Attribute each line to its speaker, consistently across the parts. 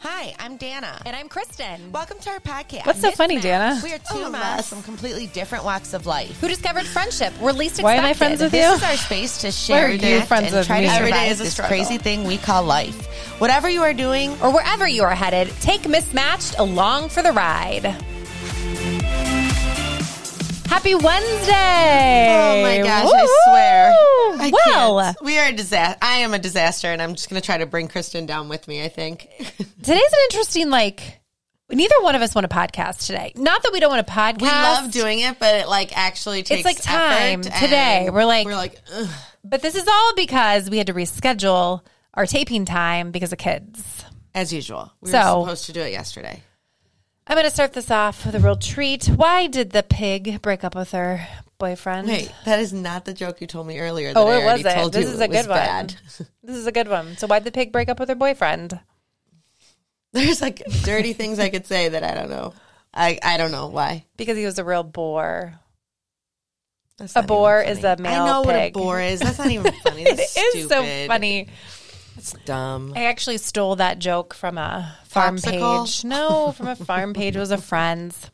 Speaker 1: Hi, I'm Dana.
Speaker 2: And I'm Kristen,
Speaker 1: Welcome to our podcast.
Speaker 3: What's so funny,
Speaker 2: mismatch.
Speaker 3: Dana?
Speaker 1: We are two
Speaker 2: All of
Speaker 1: moms
Speaker 2: us.
Speaker 1: from completely different walks of life.
Speaker 2: who discovered friendship. We're least expected.
Speaker 3: Why am I friends with
Speaker 1: This
Speaker 3: you?
Speaker 1: is our space to
Speaker 3: Why
Speaker 1: share
Speaker 3: are you
Speaker 1: connect,
Speaker 3: friends
Speaker 1: and
Speaker 3: with
Speaker 1: try to
Speaker 3: me?
Speaker 1: survive
Speaker 3: Every
Speaker 2: day is a
Speaker 1: this
Speaker 2: struggle.
Speaker 1: crazy thing we call life. Whatever you are doing,
Speaker 2: Or wherever you are headed, take Mismatched along for the ride. Happy Wednesday!
Speaker 1: oh my gosh, I
Speaker 2: Woo-hoo!
Speaker 1: swear. I
Speaker 2: well,
Speaker 1: can't. we are a disaster. I am a disaster, and I'm just going to try to bring Kristen down with me. I think.
Speaker 2: today's an interesting like. Neither one of us want a podcast today. Not that we don't want a podcast.
Speaker 1: We love doing it, but it like actually takes
Speaker 2: like time.
Speaker 1: effort,
Speaker 2: Today,
Speaker 1: and
Speaker 2: we're like-
Speaker 1: we're like ugh.
Speaker 2: but this is all because we had to reschedule our taping time because of kids.
Speaker 1: as usual. We
Speaker 2: So-
Speaker 1: were supposed to do it yesterday.
Speaker 2: I'm going to start this off with a real treat. Why did the pig break up with her boyfriend?
Speaker 1: Wait, that is not the joke you told me earlier. That
Speaker 2: Oh,
Speaker 1: I
Speaker 2: it
Speaker 1: already
Speaker 2: was it.
Speaker 1: Told
Speaker 2: This
Speaker 1: you
Speaker 2: is a
Speaker 1: it was
Speaker 2: good one.
Speaker 1: Bad.
Speaker 2: This is a good one. So, why'd the pig break up with her boyfriend?
Speaker 1: There's like dirty things I could say that I don't know. I I don't know why.
Speaker 2: Because he was a real bore.
Speaker 1: That's not
Speaker 2: A
Speaker 1: even
Speaker 2: boar is
Speaker 1: funny.
Speaker 2: a male
Speaker 1: I know what a
Speaker 2: pig.
Speaker 1: boar is. That's not even funny.
Speaker 2: It
Speaker 1: That's
Speaker 2: is so
Speaker 1: stupid.
Speaker 2: funny.
Speaker 1: It's dumb.
Speaker 2: I actually stole that joke from a farm
Speaker 1: Popsicle?
Speaker 2: page. No, from a farm page. It was a friend's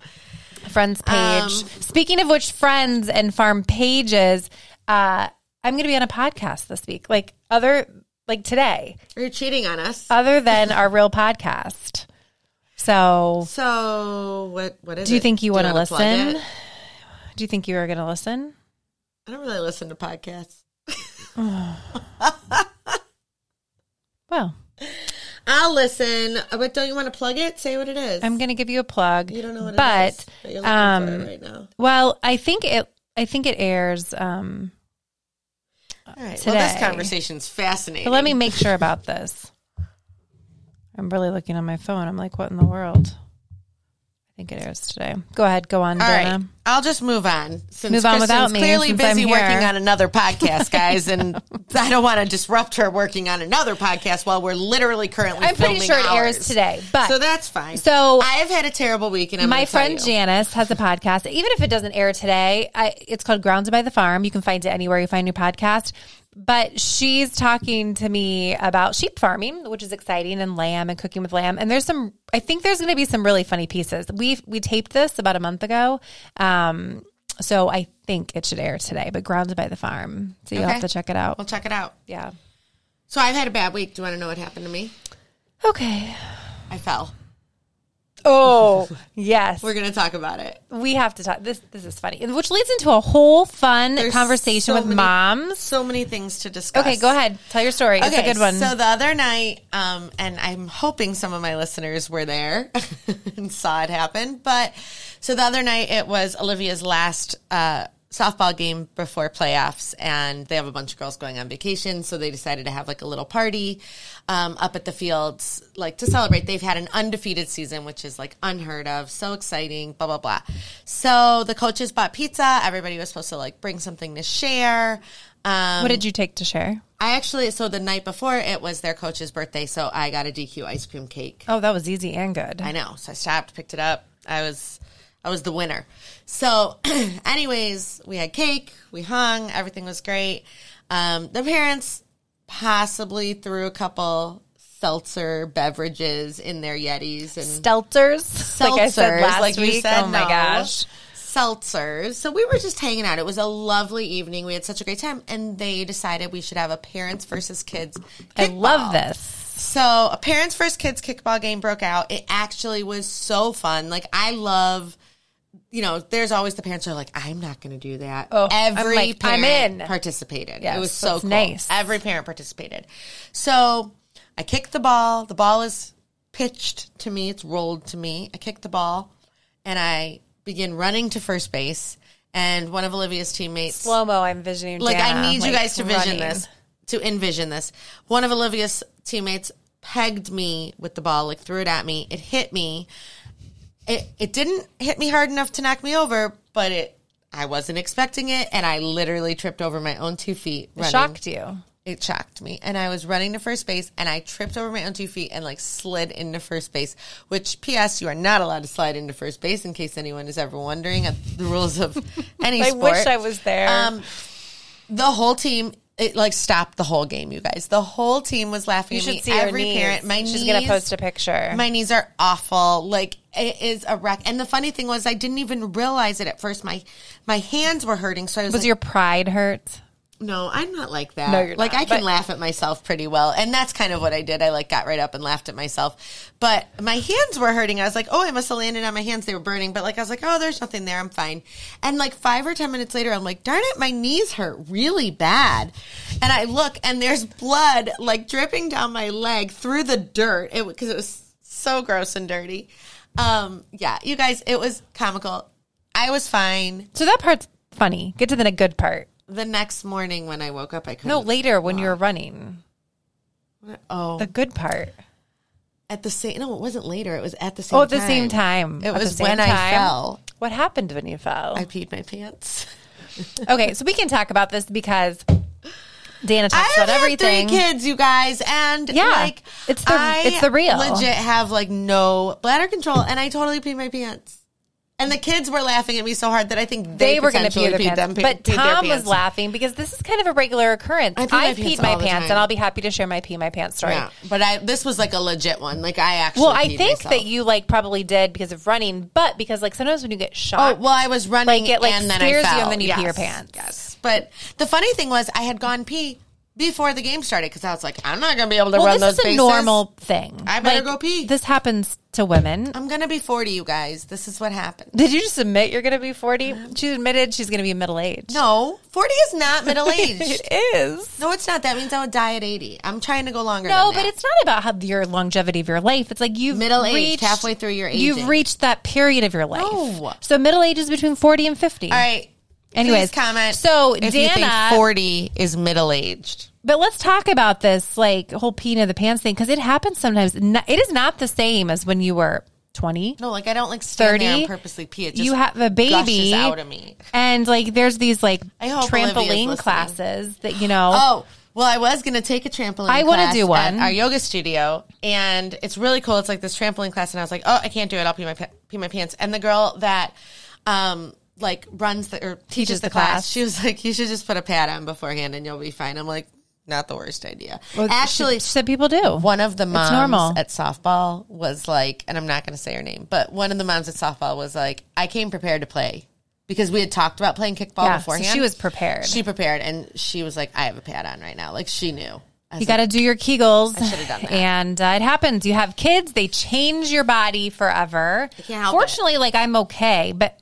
Speaker 2: friend's page.
Speaker 1: Um,
Speaker 2: Speaking of which, friends and farm pages. Uh, I'm going to be on a podcast this week. Like other, like today.
Speaker 1: You're cheating on us.
Speaker 2: other than our real podcast. So,
Speaker 1: so what? What is?
Speaker 2: do you
Speaker 1: it?
Speaker 2: think you want to
Speaker 1: wanna plug
Speaker 2: listen?
Speaker 1: it?
Speaker 2: Do you think you are going to listen?
Speaker 1: I don't really listen to podcasts.
Speaker 2: Well,
Speaker 1: I'll listen, but don't you want to plug it? Say what it is.
Speaker 2: I'm going to give you a plug.
Speaker 1: You don't know what
Speaker 2: but,
Speaker 1: it is, but you're looking
Speaker 2: um,
Speaker 1: for it right now.
Speaker 2: well, I think it. I think it airs. Um,
Speaker 1: All right. Well, this
Speaker 2: today.
Speaker 1: conversation's fascinating.
Speaker 2: but let me make sure about this. I'm really looking on my phone. I'm like, what in the world? I think it airs today. Go ahead. Go on,
Speaker 1: All
Speaker 2: Dana.
Speaker 1: right. I'll just move on. Since
Speaker 2: Move on
Speaker 1: Kristen's
Speaker 2: without me,
Speaker 1: clearly
Speaker 2: since
Speaker 1: busy
Speaker 2: I'm here.
Speaker 1: working on another podcast, guys, and I don't want to disrupt her working on another podcast while we're literally currently.
Speaker 2: I'm pretty
Speaker 1: filming
Speaker 2: sure it
Speaker 1: ours.
Speaker 2: airs today, but
Speaker 1: so that's fine.
Speaker 2: So-
Speaker 1: I've had a terrible week, and I'm
Speaker 2: my
Speaker 1: gonna tell
Speaker 2: friend
Speaker 1: you.
Speaker 2: Janice has a podcast. Even if it doesn't air today, I, it's called Grounded by the Farm. You can find it anywhere you find your podcast. But she's talking to me about sheep farming, which is exciting, and lamb and cooking with lamb. And there's some, I think there's going to be some really funny pieces. We we taped this about a month ago, um, so I think it should air today. But Grounded by the Farm, so you'll
Speaker 1: Okay.
Speaker 2: have to check it out.
Speaker 1: We'll check it out.
Speaker 2: yeah.
Speaker 1: So I've had a bad week. Do you want to know what happened to me?
Speaker 2: Okay.
Speaker 1: I fell.
Speaker 2: Oh yes,
Speaker 1: We're going to talk about it.
Speaker 2: we have to talk. This this is funny, which leads into a whole fun
Speaker 1: There's
Speaker 2: conversation
Speaker 1: so
Speaker 2: with
Speaker 1: many-
Speaker 2: moms.
Speaker 1: So many things to discuss.
Speaker 2: Okay, go ahead. Tell your story. it's a good one.
Speaker 1: So the other night, um, and I'm hoping some of my listeners were there and saw it happen. But so the other night, it was Olivia's last uh, softball game before playoffs, and they have a bunch of girls going on vacation, so they decided to have like a little party um, up at the fields, like to celebrate. They've had an undefeated season, which is like unheard of, so exciting. Blah blah blah. So the coaches bought pizza. Everybody was supposed to like bring something to share. Um,
Speaker 2: what did you take to share?
Speaker 1: I actually so the night before it was their coach's birthday, so I got a DQ ice cream cake.
Speaker 2: Oh, that was easy and good.
Speaker 1: I know. So I stopped, picked it up. I was I was the winner. So anyways, we had cake, we hung, everything was great. Um the parents possibly threw a couple seltzer beverages in their Yetis and
Speaker 2: Stelters, like I said
Speaker 1: seltzers,
Speaker 2: last
Speaker 1: like you
Speaker 2: week.
Speaker 1: said,
Speaker 2: oh my
Speaker 1: no.
Speaker 2: gosh.
Speaker 1: Seltzers. So we were just hanging out. It was a lovely evening. We had such a great time, and they decided we should have a parents versus kids.
Speaker 2: I
Speaker 1: kickball.
Speaker 2: love this.
Speaker 1: So a parents versus kids kickball game broke out. It actually was so fun. Like I love. You know, there's always the parents who are like, "I'm not going to do that."
Speaker 2: Oh, I'm
Speaker 1: Every
Speaker 2: like, I'm
Speaker 1: parent
Speaker 2: in.
Speaker 1: participated.
Speaker 2: Yes,
Speaker 1: it was so
Speaker 2: that's
Speaker 1: cool.
Speaker 2: nice.
Speaker 1: Every parent participated. So I kick the ball. The ball is pitched to me. It's rolled to me. I kick the ball, and I begin running to first base. And one of Olivia's teammates
Speaker 2: Slow mo, I'm envisioning.
Speaker 1: like
Speaker 2: Jana,
Speaker 1: I need you
Speaker 2: like,
Speaker 1: guys to vision
Speaker 2: running.
Speaker 1: this, to envision this. One of Olivia's teammates pegged me with the ball, like threw it at me. It hit me. It it didn't hit me hard enough to knock me over, but it I wasn't expecting it, and I literally tripped over my own two feet.
Speaker 2: It
Speaker 1: running.
Speaker 2: shocked you.
Speaker 1: It shocked me, and I was running to first base, and I tripped over my own two feet and like slid into first base. Which, P.S., you are not allowed to slide into first base, in case anyone is ever wondering at the rules of any
Speaker 2: I
Speaker 1: sport.
Speaker 2: wish I was there.
Speaker 1: Um, the whole team it like stopped the whole game, you guys. The whole team was laughing
Speaker 2: You
Speaker 1: at
Speaker 2: should
Speaker 1: me.
Speaker 2: see her
Speaker 1: Every
Speaker 2: knees.
Speaker 1: parent, my
Speaker 2: She's
Speaker 1: knees,
Speaker 2: gonna post a picture.
Speaker 1: My knees are awful. Like it is a wreck. And the funny thing was, I didn't even realize it at first. My my hands were hurting, so I was,
Speaker 2: Was
Speaker 1: like,
Speaker 2: your pride hurt?
Speaker 1: no, I'm not like that.
Speaker 2: No, you're
Speaker 1: like
Speaker 2: not,
Speaker 1: I can
Speaker 2: but-
Speaker 1: laugh at myself pretty well, and that's kind of what I did. I like got right up and laughed at myself, but my hands were hurting. I was like, "Oh, I must have landed on my hands; they were burning." But like, I was like, "Oh, there's nothing there. I'm fine." And like five or ten minutes later, I'm like, "Darn it, my knees hurt really bad," and I look, and there's blood like dripping down my leg through the dirt. It because it was so gross and dirty. Um, yeah, you guys, it was comical. I was fine.
Speaker 2: So that part's funny. Get to the good part.
Speaker 1: The next morning when I woke up, I couldn't.
Speaker 2: No, later when you were running,
Speaker 1: Oh,
Speaker 2: the good part.
Speaker 1: At the same, no, it wasn't later. It was at the same.
Speaker 2: Oh, at the same time.
Speaker 1: It
Speaker 2: At the
Speaker 1: was
Speaker 2: same
Speaker 1: when I
Speaker 2: time.
Speaker 1: fell.
Speaker 2: What happened when you fell?
Speaker 1: I peed my pants.
Speaker 2: okay, so we can talk about this because Dana
Speaker 1: I
Speaker 2: talks
Speaker 1: have
Speaker 2: about
Speaker 1: had
Speaker 2: everything.
Speaker 1: three kids, you guys, and
Speaker 2: Yeah,
Speaker 1: like
Speaker 2: it's the-
Speaker 1: I
Speaker 2: it's the real.
Speaker 1: Legit have like no bladder control, and I totally peed my pants. And the kids were laughing at me so hard that I think they,
Speaker 2: They were going to pee
Speaker 1: potentially
Speaker 2: their
Speaker 1: peed
Speaker 2: pants,
Speaker 1: them- pe-
Speaker 2: but
Speaker 1: peed their
Speaker 2: Tom was
Speaker 1: pants.
Speaker 2: laughing because this is kind of a regular occurrence. I,
Speaker 1: I pee my pants
Speaker 2: peed my
Speaker 1: all the
Speaker 2: pants,
Speaker 1: time.
Speaker 2: and I'll be happy to share my pee my pants story.
Speaker 1: Yeah, but I this was like a legit one. Like I actually.
Speaker 2: Well, I
Speaker 1: peed
Speaker 2: think
Speaker 1: myself.
Speaker 2: that you like probably did because of running, but because like sometimes when you get
Speaker 1: Oh
Speaker 2: shot,
Speaker 1: well, I was running
Speaker 2: Like, it, like,
Speaker 1: and then
Speaker 2: scares
Speaker 1: I
Speaker 2: you
Speaker 1: fell.
Speaker 2: and then you pee your pants.
Speaker 1: Yes, but the funny thing was, I had gone pee before the game started because I was like, I'm not going to be able to
Speaker 2: well,
Speaker 1: run
Speaker 2: this
Speaker 1: those
Speaker 2: is a
Speaker 1: bases.
Speaker 2: normal thing.
Speaker 1: I better go pee. Um,
Speaker 2: This happens to women.
Speaker 1: I'm going to be 40, you guys. This is what happened.
Speaker 2: Did you just admit you're going to be 40? She admitted she's going to be middle aged.
Speaker 1: um, No, 40 is not middle age.
Speaker 2: it is.
Speaker 1: no, it's not. That means I would die at 80. I'm trying to go longer.
Speaker 2: No,
Speaker 1: than
Speaker 2: but
Speaker 1: that.
Speaker 2: it's not about how your longevity of your life. It's like you've
Speaker 1: Middle aged,
Speaker 2: reached
Speaker 1: halfway through your
Speaker 2: You've
Speaker 1: aging.
Speaker 2: reached that period of your life.
Speaker 1: No.
Speaker 2: So middle age is between 40 and 50.
Speaker 1: all right.
Speaker 2: Anyways,
Speaker 1: Please comment.
Speaker 2: So
Speaker 1: if you think
Speaker 2: Dana,
Speaker 1: 40 is middle aged.
Speaker 2: but let's talk about this like whole peen of the pants thing because it happens sometimes. No- It is not the same as when you were 20.
Speaker 1: No, like I don't like stand 30, there
Speaker 2: 30,
Speaker 1: and purposely pee. It just
Speaker 2: You have a baby,
Speaker 1: gushes out of me.
Speaker 2: and like there's these like
Speaker 1: I hope Olivia's
Speaker 2: trampoline
Speaker 1: listening.
Speaker 2: classes that you know.
Speaker 1: Oh, well, I was going to take a trampoline.
Speaker 2: I wanna
Speaker 1: class
Speaker 2: do one.
Speaker 1: at our yoga studio, and it's really cool. It's like this trampoline class, and I was like, oh, I can't do it. I'll pee my pa- pee my pants. And the girl that, um, like runs the or teaches,
Speaker 2: Teaches
Speaker 1: the,
Speaker 2: the
Speaker 1: class,
Speaker 2: class.
Speaker 1: she was like, you should just put a pad on beforehand, and you'll be fine. I'm like, not the worst idea.
Speaker 2: Well,
Speaker 1: Oh, Actually,
Speaker 2: she- she said people do.
Speaker 1: one of the moms
Speaker 2: normal.
Speaker 1: at softball was like, and I'm not going to say her name, but one of the moms at softball was like, I came prepared to play because we had talked about playing kickball
Speaker 2: Yeah, so
Speaker 1: beforehand.
Speaker 2: she was prepared.
Speaker 1: She prepared, and she was like, I have a pad on right now. Like she knew. I was
Speaker 2: You
Speaker 1: like,
Speaker 2: got to do your Kegels.
Speaker 1: I should've done that.
Speaker 2: And uh, it happens. You have kids, they change your body forever.
Speaker 1: can't help
Speaker 2: Fortunately, like I'm okay, but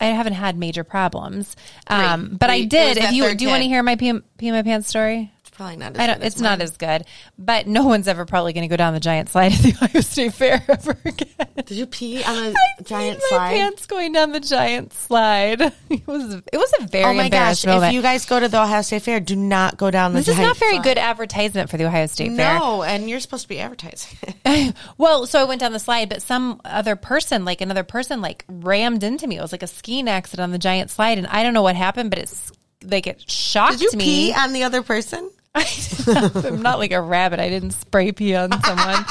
Speaker 2: I haven't had major problems. Um,
Speaker 1: Great.
Speaker 2: but I
Speaker 1: Great. It
Speaker 2: did.
Speaker 1: was
Speaker 2: If
Speaker 1: that
Speaker 2: you
Speaker 1: third
Speaker 2: do you want to
Speaker 1: kid.
Speaker 2: hear my pee, pee in my pants story?
Speaker 1: it's probably not. As
Speaker 2: I don't.
Speaker 1: good as
Speaker 2: It's not as good. But no one's ever probably going to go down the giant slide at the Ohio State Fair ever again.
Speaker 1: Did you pee on
Speaker 2: I
Speaker 1: a giant
Speaker 2: peed My
Speaker 1: slide?
Speaker 2: pants going down the giant slide. It was. It was a very
Speaker 1: Oh my
Speaker 2: embarrassing
Speaker 1: gosh!
Speaker 2: moment.
Speaker 1: If you guys go to the Ohio State Fair, do not go down the.
Speaker 2: this is
Speaker 1: giant
Speaker 2: not very
Speaker 1: slide.
Speaker 2: good advertisement for the Ohio State Fair.
Speaker 1: No, and you're supposed to be advertising.
Speaker 2: Well, so I went down the slide, but some other person, like another person, like rammed into me. It was like a skiing accident on the giant slide, and I don't know what happened, but it's like it shocked
Speaker 1: Did you
Speaker 2: me.
Speaker 1: pee on the other person?
Speaker 2: I'm not like a rabbit. I didn't spray pee on someone.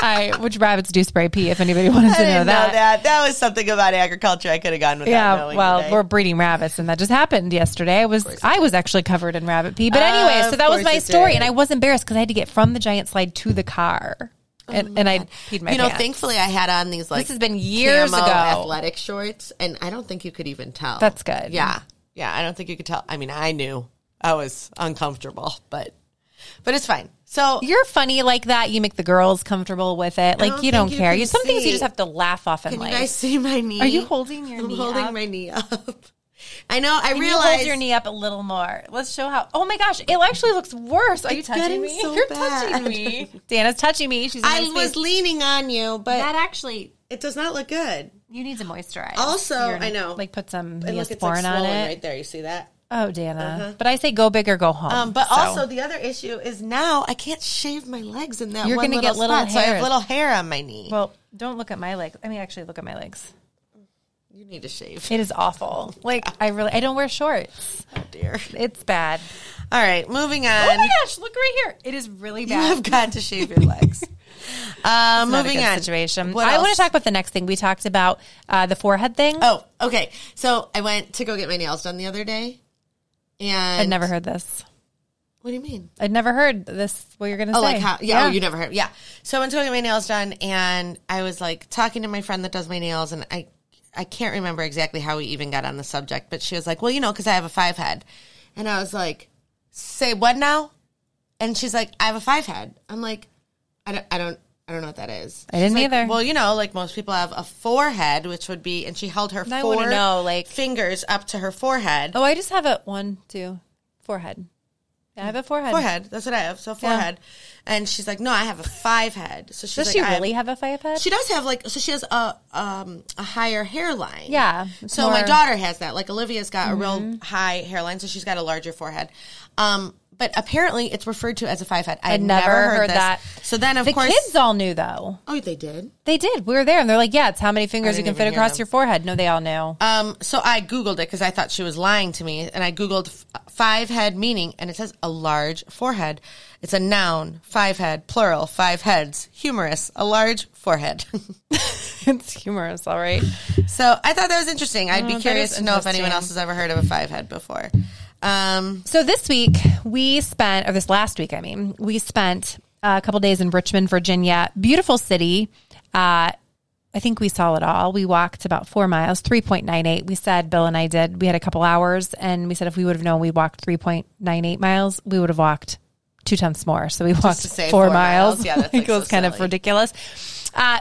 Speaker 2: I which rabbits do spray pee? If anybody wanted to
Speaker 1: I
Speaker 2: know
Speaker 1: didn't
Speaker 2: that.
Speaker 1: know that. That was something about agriculture I could have gone without
Speaker 2: Yeah,
Speaker 1: knowing.
Speaker 2: well,
Speaker 1: today.
Speaker 2: we're breeding rabbits, and that just happened yesterday. I was I was actually covered in rabbit pee, but anyway, so
Speaker 1: Of
Speaker 2: that was
Speaker 1: course
Speaker 2: my
Speaker 1: you
Speaker 2: story,
Speaker 1: did.
Speaker 2: and I was embarrassed because I had to get from the giant slide to the car, and and I peed my
Speaker 1: Oh you know,
Speaker 2: pants.
Speaker 1: thankfully I had on these like
Speaker 2: This has been years
Speaker 1: camo
Speaker 2: ago.
Speaker 1: athletic shorts, and I don't think you could even tell.
Speaker 2: That's good.
Speaker 1: Yeah, yeah. I don't think you could tell. I mean, I knew I was uncomfortable, but but it's fine. So
Speaker 2: You're funny like that. You make the girls comfortable with it. Like
Speaker 1: don't
Speaker 2: you don't
Speaker 1: think Oh, you
Speaker 2: care.
Speaker 1: can
Speaker 2: You some things you
Speaker 1: see.
Speaker 2: just have to laugh off in
Speaker 1: can
Speaker 2: life.
Speaker 1: you guys see my knee?
Speaker 2: Are you holding your
Speaker 1: I'm
Speaker 2: knee
Speaker 1: holding
Speaker 2: up?
Speaker 1: my knee up. I know. I
Speaker 2: Can you
Speaker 1: realize
Speaker 2: hold your knee up a little more. Let's show how. Oh my gosh, it actually looks worse. Are you touching
Speaker 1: getting
Speaker 2: me?
Speaker 1: so
Speaker 2: You're
Speaker 1: bad.
Speaker 2: touching me. Dana's touching me. She's. In
Speaker 1: I
Speaker 2: my
Speaker 1: was
Speaker 2: space.
Speaker 1: leaning on you, but
Speaker 2: That actually,
Speaker 1: it does not look good.
Speaker 2: you need to moisturize.
Speaker 1: Also,
Speaker 2: Your-
Speaker 1: I know.
Speaker 2: Like put some
Speaker 1: And look, it's like
Speaker 2: Neosporin on
Speaker 1: swollen
Speaker 2: it.
Speaker 1: right there. You see that?
Speaker 2: Oh, Dana. But I say go big or go home.
Speaker 1: Um, but
Speaker 2: So,
Speaker 1: also the other issue is now I can't shave my legs in that.
Speaker 2: You're
Speaker 1: one
Speaker 2: gonna
Speaker 1: little
Speaker 2: get little
Speaker 1: spot, so I
Speaker 2: hairs.
Speaker 1: have little hair on my knee.
Speaker 2: well, don't look at my legs. I mean, actually, look at my legs.
Speaker 1: you need to shave.
Speaker 2: It is awful. Like I really, I don't wear shorts.
Speaker 1: Oh dear.
Speaker 2: It's bad.
Speaker 1: All right, moving
Speaker 2: Oh
Speaker 1: on.
Speaker 2: my gosh, look right here. It is really
Speaker 1: you
Speaker 2: bad.
Speaker 1: have got to shave your legs. Uh,
Speaker 2: Not a
Speaker 1: moving
Speaker 2: good
Speaker 1: on.
Speaker 2: situation.
Speaker 1: What
Speaker 2: I want
Speaker 1: else?
Speaker 2: to talk about the next thing we talked about uh, the forehead thing.
Speaker 1: Oh, okay. So I went to go get my nails done the other day, and
Speaker 2: I'd never heard this.
Speaker 1: What do you mean?
Speaker 2: I'd never heard this. What you're gonna
Speaker 1: Oh,
Speaker 2: say?
Speaker 1: like how? Yeah, Oh, you never heard. Yeah. So I went to go get my nails done, and I was like talking to my friend that does my nails, and I, I can't remember exactly how we even got on the subject, but she was like, "Well, you know, because I have a five head," and I was like, "Say what now?" And she's like, "I have a five head." I'm like, "I don't, I don't, I don't know what that is."
Speaker 2: I
Speaker 1: She's
Speaker 2: didn't
Speaker 1: like,
Speaker 2: either.
Speaker 1: Well, you know, like most people have a forehead, which would be, and she held her
Speaker 2: I wanna
Speaker 1: four
Speaker 2: know, like-
Speaker 1: fingers up to her forehead.
Speaker 2: Oh, I just have a one, two, forehead. Yeah, I have a forehead.
Speaker 1: Forehead. That's what I have. So forehead. And she's like, no, I have a five head. So she's
Speaker 2: Does
Speaker 1: like,
Speaker 2: she
Speaker 1: I have-
Speaker 2: really have a forehead?
Speaker 1: She does have like so she has a um a higher hairline.
Speaker 2: Yeah, it's
Speaker 1: So my
Speaker 2: more- Mm-hmm.
Speaker 1: daughter has that. Like Olivia's got a real high hairline, so she's got a larger forehead. Um but apparently it's referred to as a five head. I
Speaker 2: I'd never heard
Speaker 1: this.
Speaker 2: that.
Speaker 1: So then of
Speaker 2: the
Speaker 1: course
Speaker 2: kids all knew though.
Speaker 1: Oh, they did.
Speaker 2: They did. We were there, and they're like, "Yeah, it's how many fingers you
Speaker 1: didn't
Speaker 2: can fit
Speaker 1: even hear
Speaker 2: across
Speaker 1: them.
Speaker 2: your forehead." No, they all knew.
Speaker 1: Um so I googled it cuz I thought she was lying to me and I googled f- five head meaning and it says a large forehead. It's a noun, five head, plural, five heads, humorous, a large forehead.
Speaker 2: it's humorous, all right.
Speaker 1: So I thought that was interesting. I'd be
Speaker 2: Mm, that
Speaker 1: curious
Speaker 2: is
Speaker 1: to know if anyone
Speaker 2: interesting.
Speaker 1: else has ever heard of a five head before. Um,
Speaker 2: So this week we spent, or this last week, I mean, we spent a couple days in Richmond, Virginia. Beautiful city. Uh, I think we saw it all. We walked about four miles, 3.98. We said, Bill and I did, we had a couple hours, and we said if we would have known we walked 3.98 miles, we would have walked two tenths more. So we walked
Speaker 1: to say
Speaker 2: four,
Speaker 1: four
Speaker 2: miles.
Speaker 1: miles. Yeah, that's,
Speaker 2: Like,
Speaker 1: like,
Speaker 2: it was
Speaker 1: so
Speaker 2: kind of
Speaker 1: silly.
Speaker 2: ridiculous. Uh,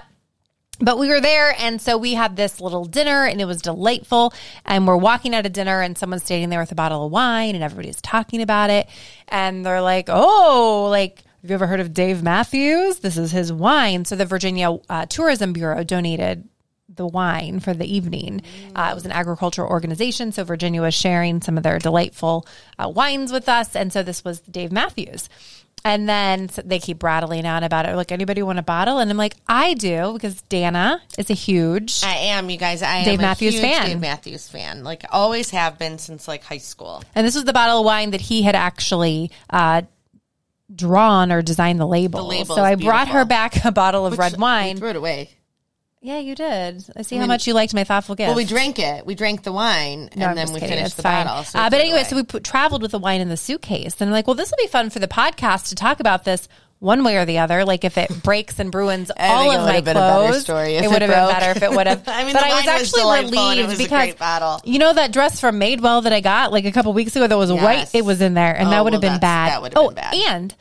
Speaker 2: but we were there and so we had this little dinner and it was delightful and we're walking out of dinner and someone's standing there with a bottle of wine and everybody's talking about it and they're like oh like have you ever heard of dave matthews this is his wine so the virginia uh, tourism bureau donated the wine for the evening. Uh, it was an agricultural organization, so Virginia was sharing some of their delightful uh, wines with us, and so this was Dave Matthews. And then s- they keep rattling on about it, like anybody want a bottle? And I'm like, I do because Dana is a huge.
Speaker 1: I am, you guys. I am
Speaker 2: Dave
Speaker 1: a
Speaker 2: Matthews
Speaker 1: huge
Speaker 2: fan.
Speaker 1: Dave Matthews fan. Like always have been since like high school.
Speaker 2: And this was the bottle of wine that he had actually uh, drawn or designed the label.
Speaker 1: label
Speaker 2: so
Speaker 1: is
Speaker 2: I brought her
Speaker 1: beautiful.
Speaker 2: back a bottle of red
Speaker 1: We
Speaker 2: wine.
Speaker 1: threw it away.
Speaker 2: yeah, you did. I see how much you liked my thoughtful gift.
Speaker 1: Well, we drank it. We drank the wine,
Speaker 2: No, I'm
Speaker 1: and then
Speaker 2: just
Speaker 1: we
Speaker 2: kidding.
Speaker 1: finished
Speaker 2: It's
Speaker 1: the
Speaker 2: fine.
Speaker 1: bottle.
Speaker 2: uh, but
Speaker 1: threw it
Speaker 2: anyway,
Speaker 1: away.
Speaker 2: so we put, traveled with the wine in the suitcase, and I'm like, well, this will be fun for the podcast to talk about this one way or the other. Like if it breaks and ruins all
Speaker 1: think it
Speaker 2: of
Speaker 1: would
Speaker 2: my
Speaker 1: have been a better
Speaker 2: clothes,
Speaker 1: story if
Speaker 2: it
Speaker 1: it
Speaker 2: would have been
Speaker 1: broke.
Speaker 2: better if it would have.
Speaker 1: I mean,
Speaker 2: but
Speaker 1: the
Speaker 2: I was
Speaker 1: wine was
Speaker 2: actually
Speaker 1: delightful, and it
Speaker 2: relieved
Speaker 1: was a
Speaker 2: because
Speaker 1: great bottle.
Speaker 2: you know that dress from Madewell that I got like a couple weeks ago that was white. It was in there, and
Speaker 1: Oh,
Speaker 2: that would have
Speaker 1: well,
Speaker 2: been
Speaker 1: that's-
Speaker 2: bad.
Speaker 1: that would have
Speaker 2: oh,
Speaker 1: been bad.
Speaker 2: and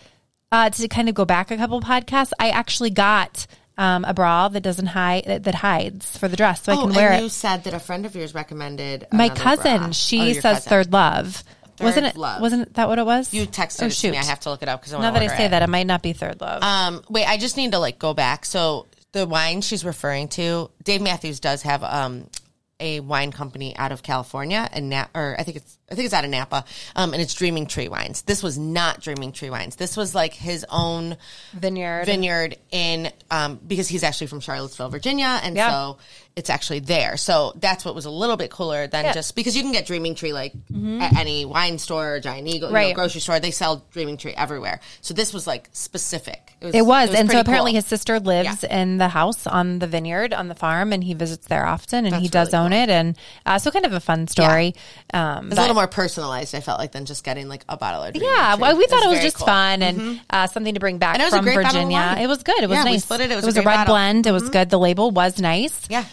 Speaker 2: uh, to kind of go back a couple podcasts, I actually got. Um, a bra that doesn't hide that, that hides for the dress, so I
Speaker 1: Oh,
Speaker 2: can wear
Speaker 1: and
Speaker 2: it
Speaker 1: you said that a friend of yours recommended
Speaker 2: my
Speaker 1: another
Speaker 2: cousin
Speaker 1: bra.
Speaker 2: she
Speaker 1: Oh, your
Speaker 2: says
Speaker 1: cousin.
Speaker 2: third love wasn't it
Speaker 1: Love.
Speaker 2: wasn't that what it was
Speaker 1: You texted
Speaker 2: oh,
Speaker 1: it to
Speaker 2: shoot
Speaker 1: me. I have to look it up because I
Speaker 2: now
Speaker 1: want
Speaker 2: that
Speaker 1: to
Speaker 2: i say that it might not be third love
Speaker 1: Um, wait, I just need to like go back. So the wine she's referring to, Dave Matthews does have um a wine company out of California and Na- or I think it's I think it's out of Napa, um, and it's Dreaming Tree Wines. This was not Dreaming Tree Wines. This was like his own
Speaker 2: vineyard
Speaker 1: vineyard in um, because he's actually from Charlottesville, Virginia, and
Speaker 2: Yeah.
Speaker 1: so it's actually there. So that's what was a little bit cooler than
Speaker 2: Yeah. Mm-hmm.
Speaker 1: just because you can get Dreaming Tree like at any wine store, Giant Eagle, you know,
Speaker 2: Right.
Speaker 1: grocery store. They sell Dreaming Tree everywhere. So this was like specific.
Speaker 2: it was, and so
Speaker 1: pretty
Speaker 2: apparently
Speaker 1: cool.
Speaker 2: his sister lives in the house on the vineyard on the farm and he visits there often and he does own it and uh, so kind of a fun story um,
Speaker 1: It's a little more personalized. I felt like than just getting like a bottle of Dreaming
Speaker 2: Yeah,
Speaker 1: Tree.
Speaker 2: well, we thought it was,
Speaker 1: very
Speaker 2: just
Speaker 1: cool. Mm-hmm.
Speaker 2: fun and uh, something to bring back
Speaker 1: And it was a
Speaker 2: from
Speaker 1: great bottle of
Speaker 2: Virginia.
Speaker 1: wine.
Speaker 2: It was good. It was
Speaker 1: Yeah, we
Speaker 2: nice.
Speaker 1: split it. It was a
Speaker 2: a,
Speaker 1: great
Speaker 2: red
Speaker 1: bottle.
Speaker 2: blend. It was good. The label was nice.
Speaker 1: Yeah.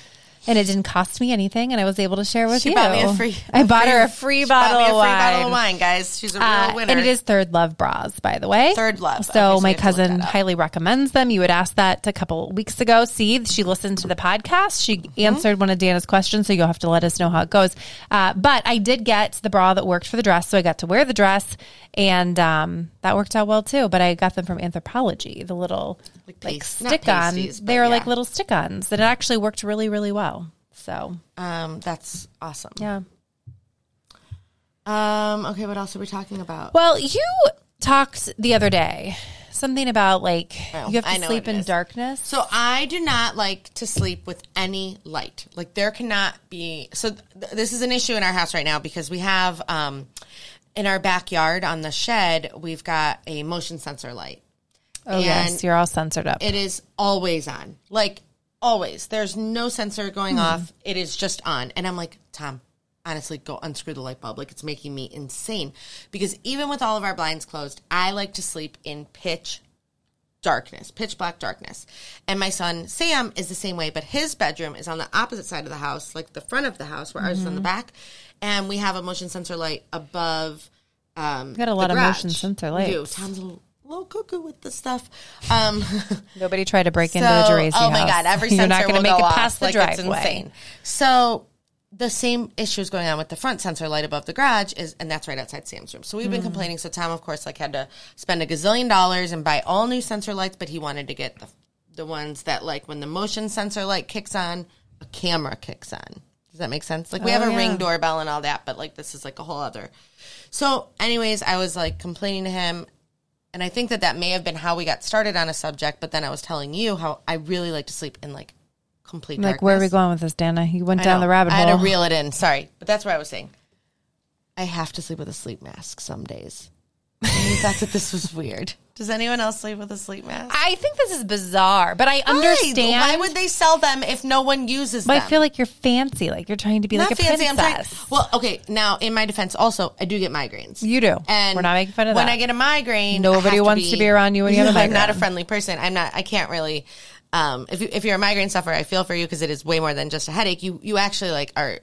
Speaker 2: and it didn't cost me anything, and I was able to share with
Speaker 1: She
Speaker 2: you.
Speaker 1: bought me a free.
Speaker 2: I bought her a
Speaker 1: she
Speaker 2: free
Speaker 1: bought
Speaker 2: bottle
Speaker 1: me a
Speaker 2: of
Speaker 1: free bottle of
Speaker 2: wine.
Speaker 1: wine, guys. She's a real
Speaker 2: Uh,
Speaker 1: winner.
Speaker 2: and it is Third Love bras, by the way.
Speaker 1: Third Love. Okay,
Speaker 2: So
Speaker 1: so we
Speaker 2: my
Speaker 1: have to look
Speaker 2: cousin
Speaker 1: that up.
Speaker 2: highly recommends them. You would ask that a couple weeks ago. See, she listened to the podcast. She
Speaker 1: Mm-hmm.
Speaker 2: answered one of Dana's questions, so you'll have to let us know how it goes. Uh, but I did get the bra that worked for the dress, so I got to wear the dress, and um, that worked out well too. But I got them from Anthropology, the little like,
Speaker 1: Like paste- not
Speaker 2: stick on.
Speaker 1: pasties, but
Speaker 2: They were like
Speaker 1: yeah.
Speaker 2: little stick ons, and it actually worked really, really well. So
Speaker 1: Um, that's awesome.
Speaker 2: yeah.
Speaker 1: Um, okay, what else are we talking about?
Speaker 2: Well, you talked the other day something about like
Speaker 1: Oh,
Speaker 2: you have
Speaker 1: I
Speaker 2: to
Speaker 1: know
Speaker 2: sleep
Speaker 1: what it
Speaker 2: in
Speaker 1: is.
Speaker 2: darkness.
Speaker 1: So I do not like to sleep with any light. Like there cannot be. So th- this is an issue in our house right now because we have um, in our backyard on the shed we've got a motion sensor light.
Speaker 2: Oh yes, you're all censored up.
Speaker 1: It is always on.
Speaker 2: Hmm.
Speaker 1: Like always. There's no sensor going off. It is just on. And I'm like, Tom, honestly go unscrew the light bulb. Like it's making me insane because even with all of our blinds closed, I like to sleep in pitch darkness, pitch black darkness. And my son Sam is the same way, but his bedroom is on the opposite side of the house, like the front of the house, where ours is on the
Speaker 2: Mm-hmm.
Speaker 1: back. And we have a motion sensor light above. Um,
Speaker 2: got a
Speaker 1: the
Speaker 2: lot of
Speaker 1: garage.
Speaker 2: motion sensor
Speaker 1: We do.
Speaker 2: lights.
Speaker 1: Tom's a little, little cuckoo with this stuff. Um,
Speaker 2: Nobody tried to break into the Geraci
Speaker 1: oh my
Speaker 2: house.
Speaker 1: god, every sensor
Speaker 2: You're not gonna
Speaker 1: will
Speaker 2: make
Speaker 1: go
Speaker 2: it
Speaker 1: off,
Speaker 2: past the
Speaker 1: like,
Speaker 2: driveway.
Speaker 1: It's insane. So the same issue is going on with the front sensor light above the garage is, and that's right outside Sam's room. So we've been
Speaker 2: Mm.
Speaker 1: complaining. So Tom, of course, like had to spend a gazillion dollars and buy all new sensor lights, but he wanted to get the the ones that like when the motion sensor light kicks on, a camera kicks on. Does that make sense?
Speaker 2: Oh,
Speaker 1: Like we have a ring doorbell and all that, but like this is like a whole other. So, anyways, I was like complaining to him, and I think that that may have been how we got started on a subject. But then I was telling you how I really like to sleep in like complete
Speaker 2: Like,
Speaker 1: darkness.
Speaker 2: where are we going with this, Dana? You went
Speaker 1: I
Speaker 2: down
Speaker 1: know.
Speaker 2: the rabbit
Speaker 1: I had
Speaker 2: hole.
Speaker 1: to reel it in. Sorry, but that's what I was saying. I have to sleep with a sleep mask some days. I thought that this was weird. Does anyone else sleep with a sleep mask?
Speaker 2: I think this is bizarre, but I understand.
Speaker 1: Why, Why would they sell them if no one uses
Speaker 2: But
Speaker 1: them?
Speaker 2: I feel like you're fancy, like you're trying to be
Speaker 1: not
Speaker 2: like a
Speaker 1: fancy. I'm trying.
Speaker 2: princess.
Speaker 1: Well, okay. Now, in my defense, also, I do get migraines.
Speaker 2: You do.
Speaker 1: and
Speaker 2: We're not making fun of
Speaker 1: when
Speaker 2: that.
Speaker 1: I get a migraine, I
Speaker 2: Nobody
Speaker 1: have
Speaker 2: wants to be around you when you have a
Speaker 1: No, I'm not a
Speaker 2: migraine.
Speaker 1: friendly person. I'm not. I can't really. Um, if you, if you're a migraine sufferer, I feel for you because it is way more than just a headache. You you actually like are.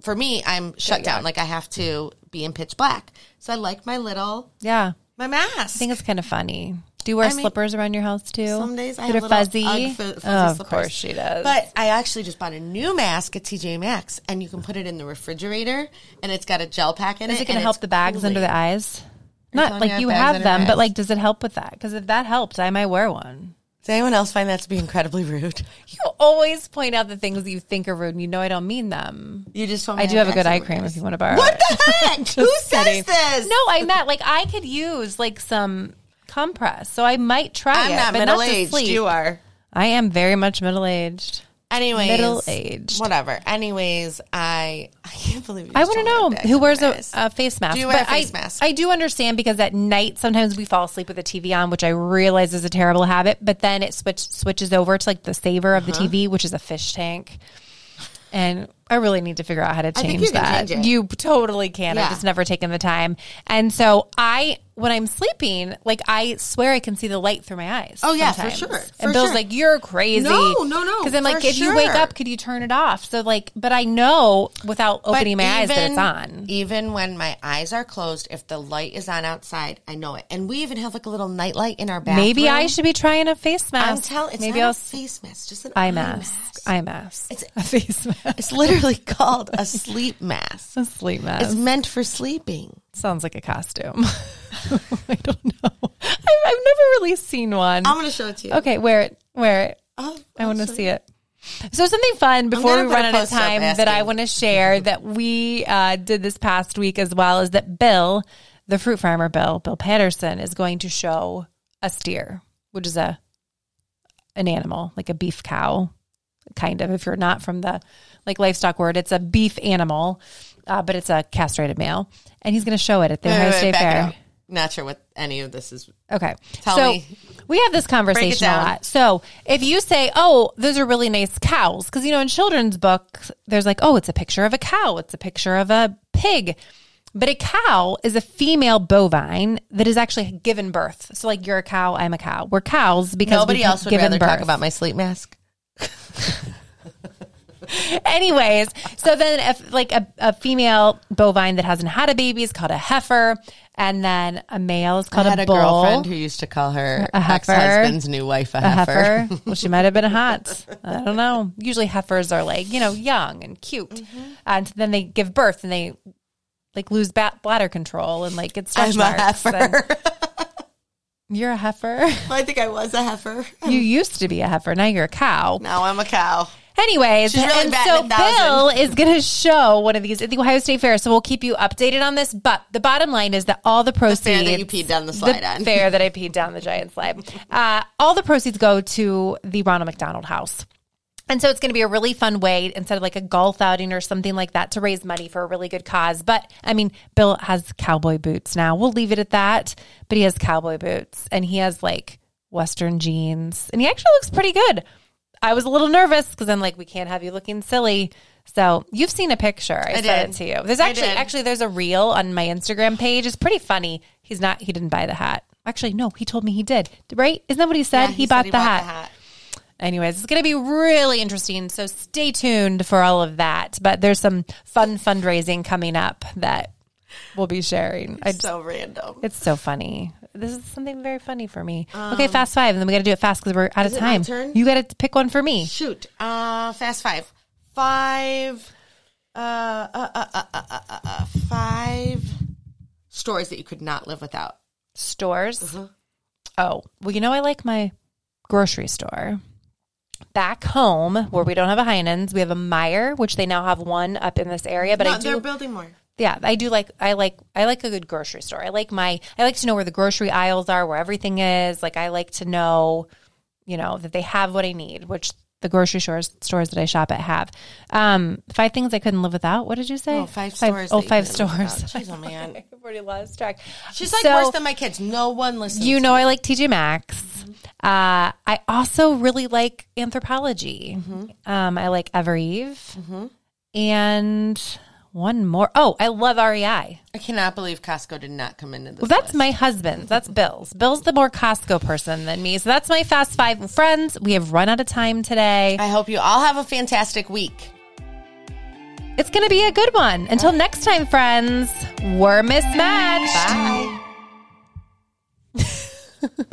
Speaker 1: For me, I'm shut down. Like I have to be in pitch black. So I like my little
Speaker 2: yeah,
Speaker 1: my
Speaker 2: I
Speaker 1: mask.
Speaker 2: think it's kind of funny. Do you wear
Speaker 1: mean,
Speaker 2: slippers around your house too?
Speaker 1: Some days I
Speaker 2: that
Speaker 1: have little
Speaker 2: are fuzzy. Oh,
Speaker 1: Ugg fu- fuzzy
Speaker 2: of
Speaker 1: slippers.
Speaker 2: course she does.
Speaker 1: But I actually just bought a new mask at TJ Maxx, and you can put it in the refrigerator, and it's got a gel pack in it.
Speaker 2: is it going
Speaker 1: and
Speaker 2: to help
Speaker 1: it's
Speaker 2: the bags under
Speaker 1: cooling.
Speaker 2: the eyes?
Speaker 1: telling
Speaker 2: Not
Speaker 1: me I
Speaker 2: like
Speaker 1: have
Speaker 2: you
Speaker 1: bags
Speaker 2: have
Speaker 1: under
Speaker 2: them,
Speaker 1: my
Speaker 2: but
Speaker 1: eyes?
Speaker 2: like, does it helps with that? Because if that helps, I might wear one.
Speaker 1: Does anyone else find that to be incredibly rude?
Speaker 2: You always point out the things that you think are rude, and you know I don't mean them.
Speaker 1: You just told me
Speaker 2: I do have a
Speaker 1: bags
Speaker 2: good eye
Speaker 1: under my
Speaker 2: cream
Speaker 1: eyes.
Speaker 2: if you want to borrow.
Speaker 1: What
Speaker 2: it.
Speaker 1: the heck? Who says
Speaker 2: Kidding.
Speaker 1: this?
Speaker 2: No, I meant like I could use like some compress, so I might try
Speaker 1: I'm
Speaker 2: it.
Speaker 1: not
Speaker 2: but
Speaker 1: middle
Speaker 2: to
Speaker 1: aged.
Speaker 2: sleep.
Speaker 1: You are.
Speaker 2: I am very much middle aged.
Speaker 1: Anyways,
Speaker 2: Middle-aged.
Speaker 1: Whatever. Anyways, I I can't believe you.
Speaker 2: I
Speaker 1: just
Speaker 2: want to
Speaker 1: told me
Speaker 2: know
Speaker 1: that
Speaker 2: who
Speaker 1: back
Speaker 2: wears a,
Speaker 1: in my eyes.
Speaker 2: a face mask.
Speaker 1: Do you wear
Speaker 2: But
Speaker 1: a face
Speaker 2: I,
Speaker 1: mask?
Speaker 2: I do understand because at night sometimes we fall asleep with the TV on, which I realize is a terrible habit. But then it switch switches over to like the savor
Speaker 1: Uh-huh.
Speaker 2: of the TV, which is a fish tank. And I really need to figure out how to
Speaker 1: think
Speaker 2: change
Speaker 1: you can
Speaker 2: that.
Speaker 1: change it.
Speaker 2: You totally can.
Speaker 1: Yeah.
Speaker 2: I've just never taken the time. And so I, when I'm sleeping, like I swear I can see the light through my eyes.
Speaker 1: Oh, yeah, for
Speaker 2: sometimes.
Speaker 1: sure. For
Speaker 2: And Bill's
Speaker 1: sure.
Speaker 2: like, "You're crazy."
Speaker 1: No, no, no,
Speaker 2: Because I'm
Speaker 1: for
Speaker 2: like, if you wake
Speaker 1: sure.
Speaker 2: up, could you turn it off? So like, but I know without opening my eyes that it's on.
Speaker 1: Even when my eyes are closed, if the light is on outside, I know it. And we even have like a little nightlight in our bathroom.
Speaker 2: Maybe I should be trying a face mask.
Speaker 1: I'm telling. It's
Speaker 2: Maybe
Speaker 1: not a
Speaker 2: I'll s-
Speaker 1: face mask. Just an
Speaker 2: eye
Speaker 1: eye
Speaker 2: mask. Eye mask.
Speaker 1: It's-
Speaker 2: a face mask.
Speaker 1: It's literally called a sleep mask.
Speaker 2: A sleep mask.
Speaker 1: It's meant for sleeping.
Speaker 2: Sounds like a costume. I don't know. I've, I've never really seen one.
Speaker 1: I'm going to show it to you.
Speaker 2: okay, wear it. Wear it.
Speaker 1: Oh,
Speaker 2: I want to see it. So something fun before
Speaker 1: gonna
Speaker 2: we
Speaker 1: put a
Speaker 2: run out of
Speaker 1: post up
Speaker 2: time that I
Speaker 1: asking.
Speaker 2: want to share that we uh, did this past week as well is that Bill, the fruit farmer Bill, Bill Patterson, is going to show a steer, which is a an animal like a beef cow, kind of. If you're not from the like livestock word, it's a beef animal, uh, but it's a castrated male, and he's going to show it at the
Speaker 1: Wait,
Speaker 2: Ohio
Speaker 1: wait, wait,
Speaker 2: State
Speaker 1: oh, back it
Speaker 2: Fair.
Speaker 1: up. Not sure what any of this is.
Speaker 2: Okay.
Speaker 1: Tell
Speaker 2: so
Speaker 1: me.
Speaker 2: we have this conversation a
Speaker 1: down.
Speaker 2: lot. So if you say, oh, those are really nice cows, because, you know, in children's books, there's like, oh, it's a picture of a cow, it's a picture of a pig. But a cow is a female bovine that is actually given birth. So, like, you're a cow, I'm a cow. We're cows because
Speaker 1: Nobody
Speaker 2: we've
Speaker 1: else would
Speaker 2: given
Speaker 1: rather
Speaker 2: birth.
Speaker 1: talk about my sleep mask.
Speaker 2: Anyways, so then if like a, a female bovine that hasn't had a baby is called a heifer, and then a male is called
Speaker 1: I had
Speaker 2: a
Speaker 1: a
Speaker 2: bull.
Speaker 1: girlfriend who used to call her
Speaker 2: A heifer.
Speaker 1: ex-husband's new wife a,
Speaker 2: a
Speaker 1: heifer.
Speaker 2: heifer. well, she might have been a hot. I don't know. Usually heifers are like, you know, young and cute.
Speaker 1: Mm-hmm.
Speaker 2: And then they give birth and they like lose bat- bladder control and like get stretch
Speaker 1: I'm a
Speaker 2: marks. and-
Speaker 1: heifer.
Speaker 2: you're a heifer.
Speaker 1: I think I was a heifer.
Speaker 2: You used to be a heifer. Now you're a cow.
Speaker 1: Now I'm a cow.
Speaker 2: Anyways,
Speaker 1: She's really
Speaker 2: and
Speaker 1: batting
Speaker 2: so
Speaker 1: a thousand.
Speaker 2: Bill is going to show one of these at the Ohio State Fair. So we'll keep you updated on this. But the bottom line is that all the proceeds
Speaker 1: fair that you peed down the slide on.
Speaker 2: fair that I peed down the giant slide. Uh, all the proceeds go to the Ronald McDonald House. And so it's going to be a really fun way instead of like a golf outing or something like that to raise money for a really good cause. But I mean, Bill has cowboy boots now. We'll leave it at that. But he has cowboy boots and he has like Western jeans and he actually looks pretty good. I was a little nervous because I'm like, we can't have you looking silly. So you've seen a picture. I,
Speaker 1: I
Speaker 2: sent
Speaker 1: did.
Speaker 2: it to you. There's
Speaker 1: I
Speaker 2: actually
Speaker 1: did.
Speaker 2: actually there's a reel on my Instagram page. It's pretty funny. He's not. He didn't buy the hat. Actually, no. He told me he did. Right? Isn't that what he said?
Speaker 1: Yeah,
Speaker 2: he,
Speaker 1: said
Speaker 2: bought, the, hat. Anyways, it's going to be really interesting. So stay tuned for all of that. But there's some fun fundraising coming up that we'll be sharing. I just,
Speaker 1: So random.
Speaker 2: it's so funny. This is something very funny for me. okay, fast five, and then we got to do it fast because we're out of
Speaker 1: Um, it my
Speaker 2: time.
Speaker 1: turn?
Speaker 2: You got to pick one for me.
Speaker 1: Shoot. Uh, fast five. Five. Uh, uh, uh, uh, uh, uh, uh, uh, five stores that you could not live without.
Speaker 2: stores.
Speaker 1: Uh-huh.
Speaker 2: Oh, well, you know, I like my grocery store. Back home, where we don't have a Heinen's, we have a Meyer, which they now have one up in this area. But
Speaker 1: No,
Speaker 2: I
Speaker 1: they're
Speaker 2: do,
Speaker 1: building more.
Speaker 2: yeah, I do like, I like, I like a good grocery store. I like my, I like to know where the grocery aisles are, where everything is. Like, I like to know, you know, that they have what I need, which the grocery stores stores that I shop at have. Um, five things I couldn't live without. What did you say?
Speaker 1: Oh, five stores.
Speaker 2: Oh,
Speaker 1: that you
Speaker 2: five
Speaker 1: couldn't live
Speaker 2: stores.
Speaker 1: without. Jeez, oh man.
Speaker 2: I've already lost track.
Speaker 1: She's like
Speaker 2: So-
Speaker 1: worse than my kids. No one listens.
Speaker 2: you know, I like TJ Maxx. Uh, I also really like anthropology.
Speaker 1: Mm-hmm.
Speaker 2: Um, I like Evereve. And one more. Oh, I love REI.
Speaker 1: I cannot believe Costco did not come into this.
Speaker 2: Well, that's my husband's. That's Bill's. Bill's the more Costco person than me. So that's my fast five. Friends, we have run out of time today.
Speaker 1: I hope you all have a fantastic week.
Speaker 2: It's going to be a good one. Until next time, friends, we're mismatched.
Speaker 1: Bye.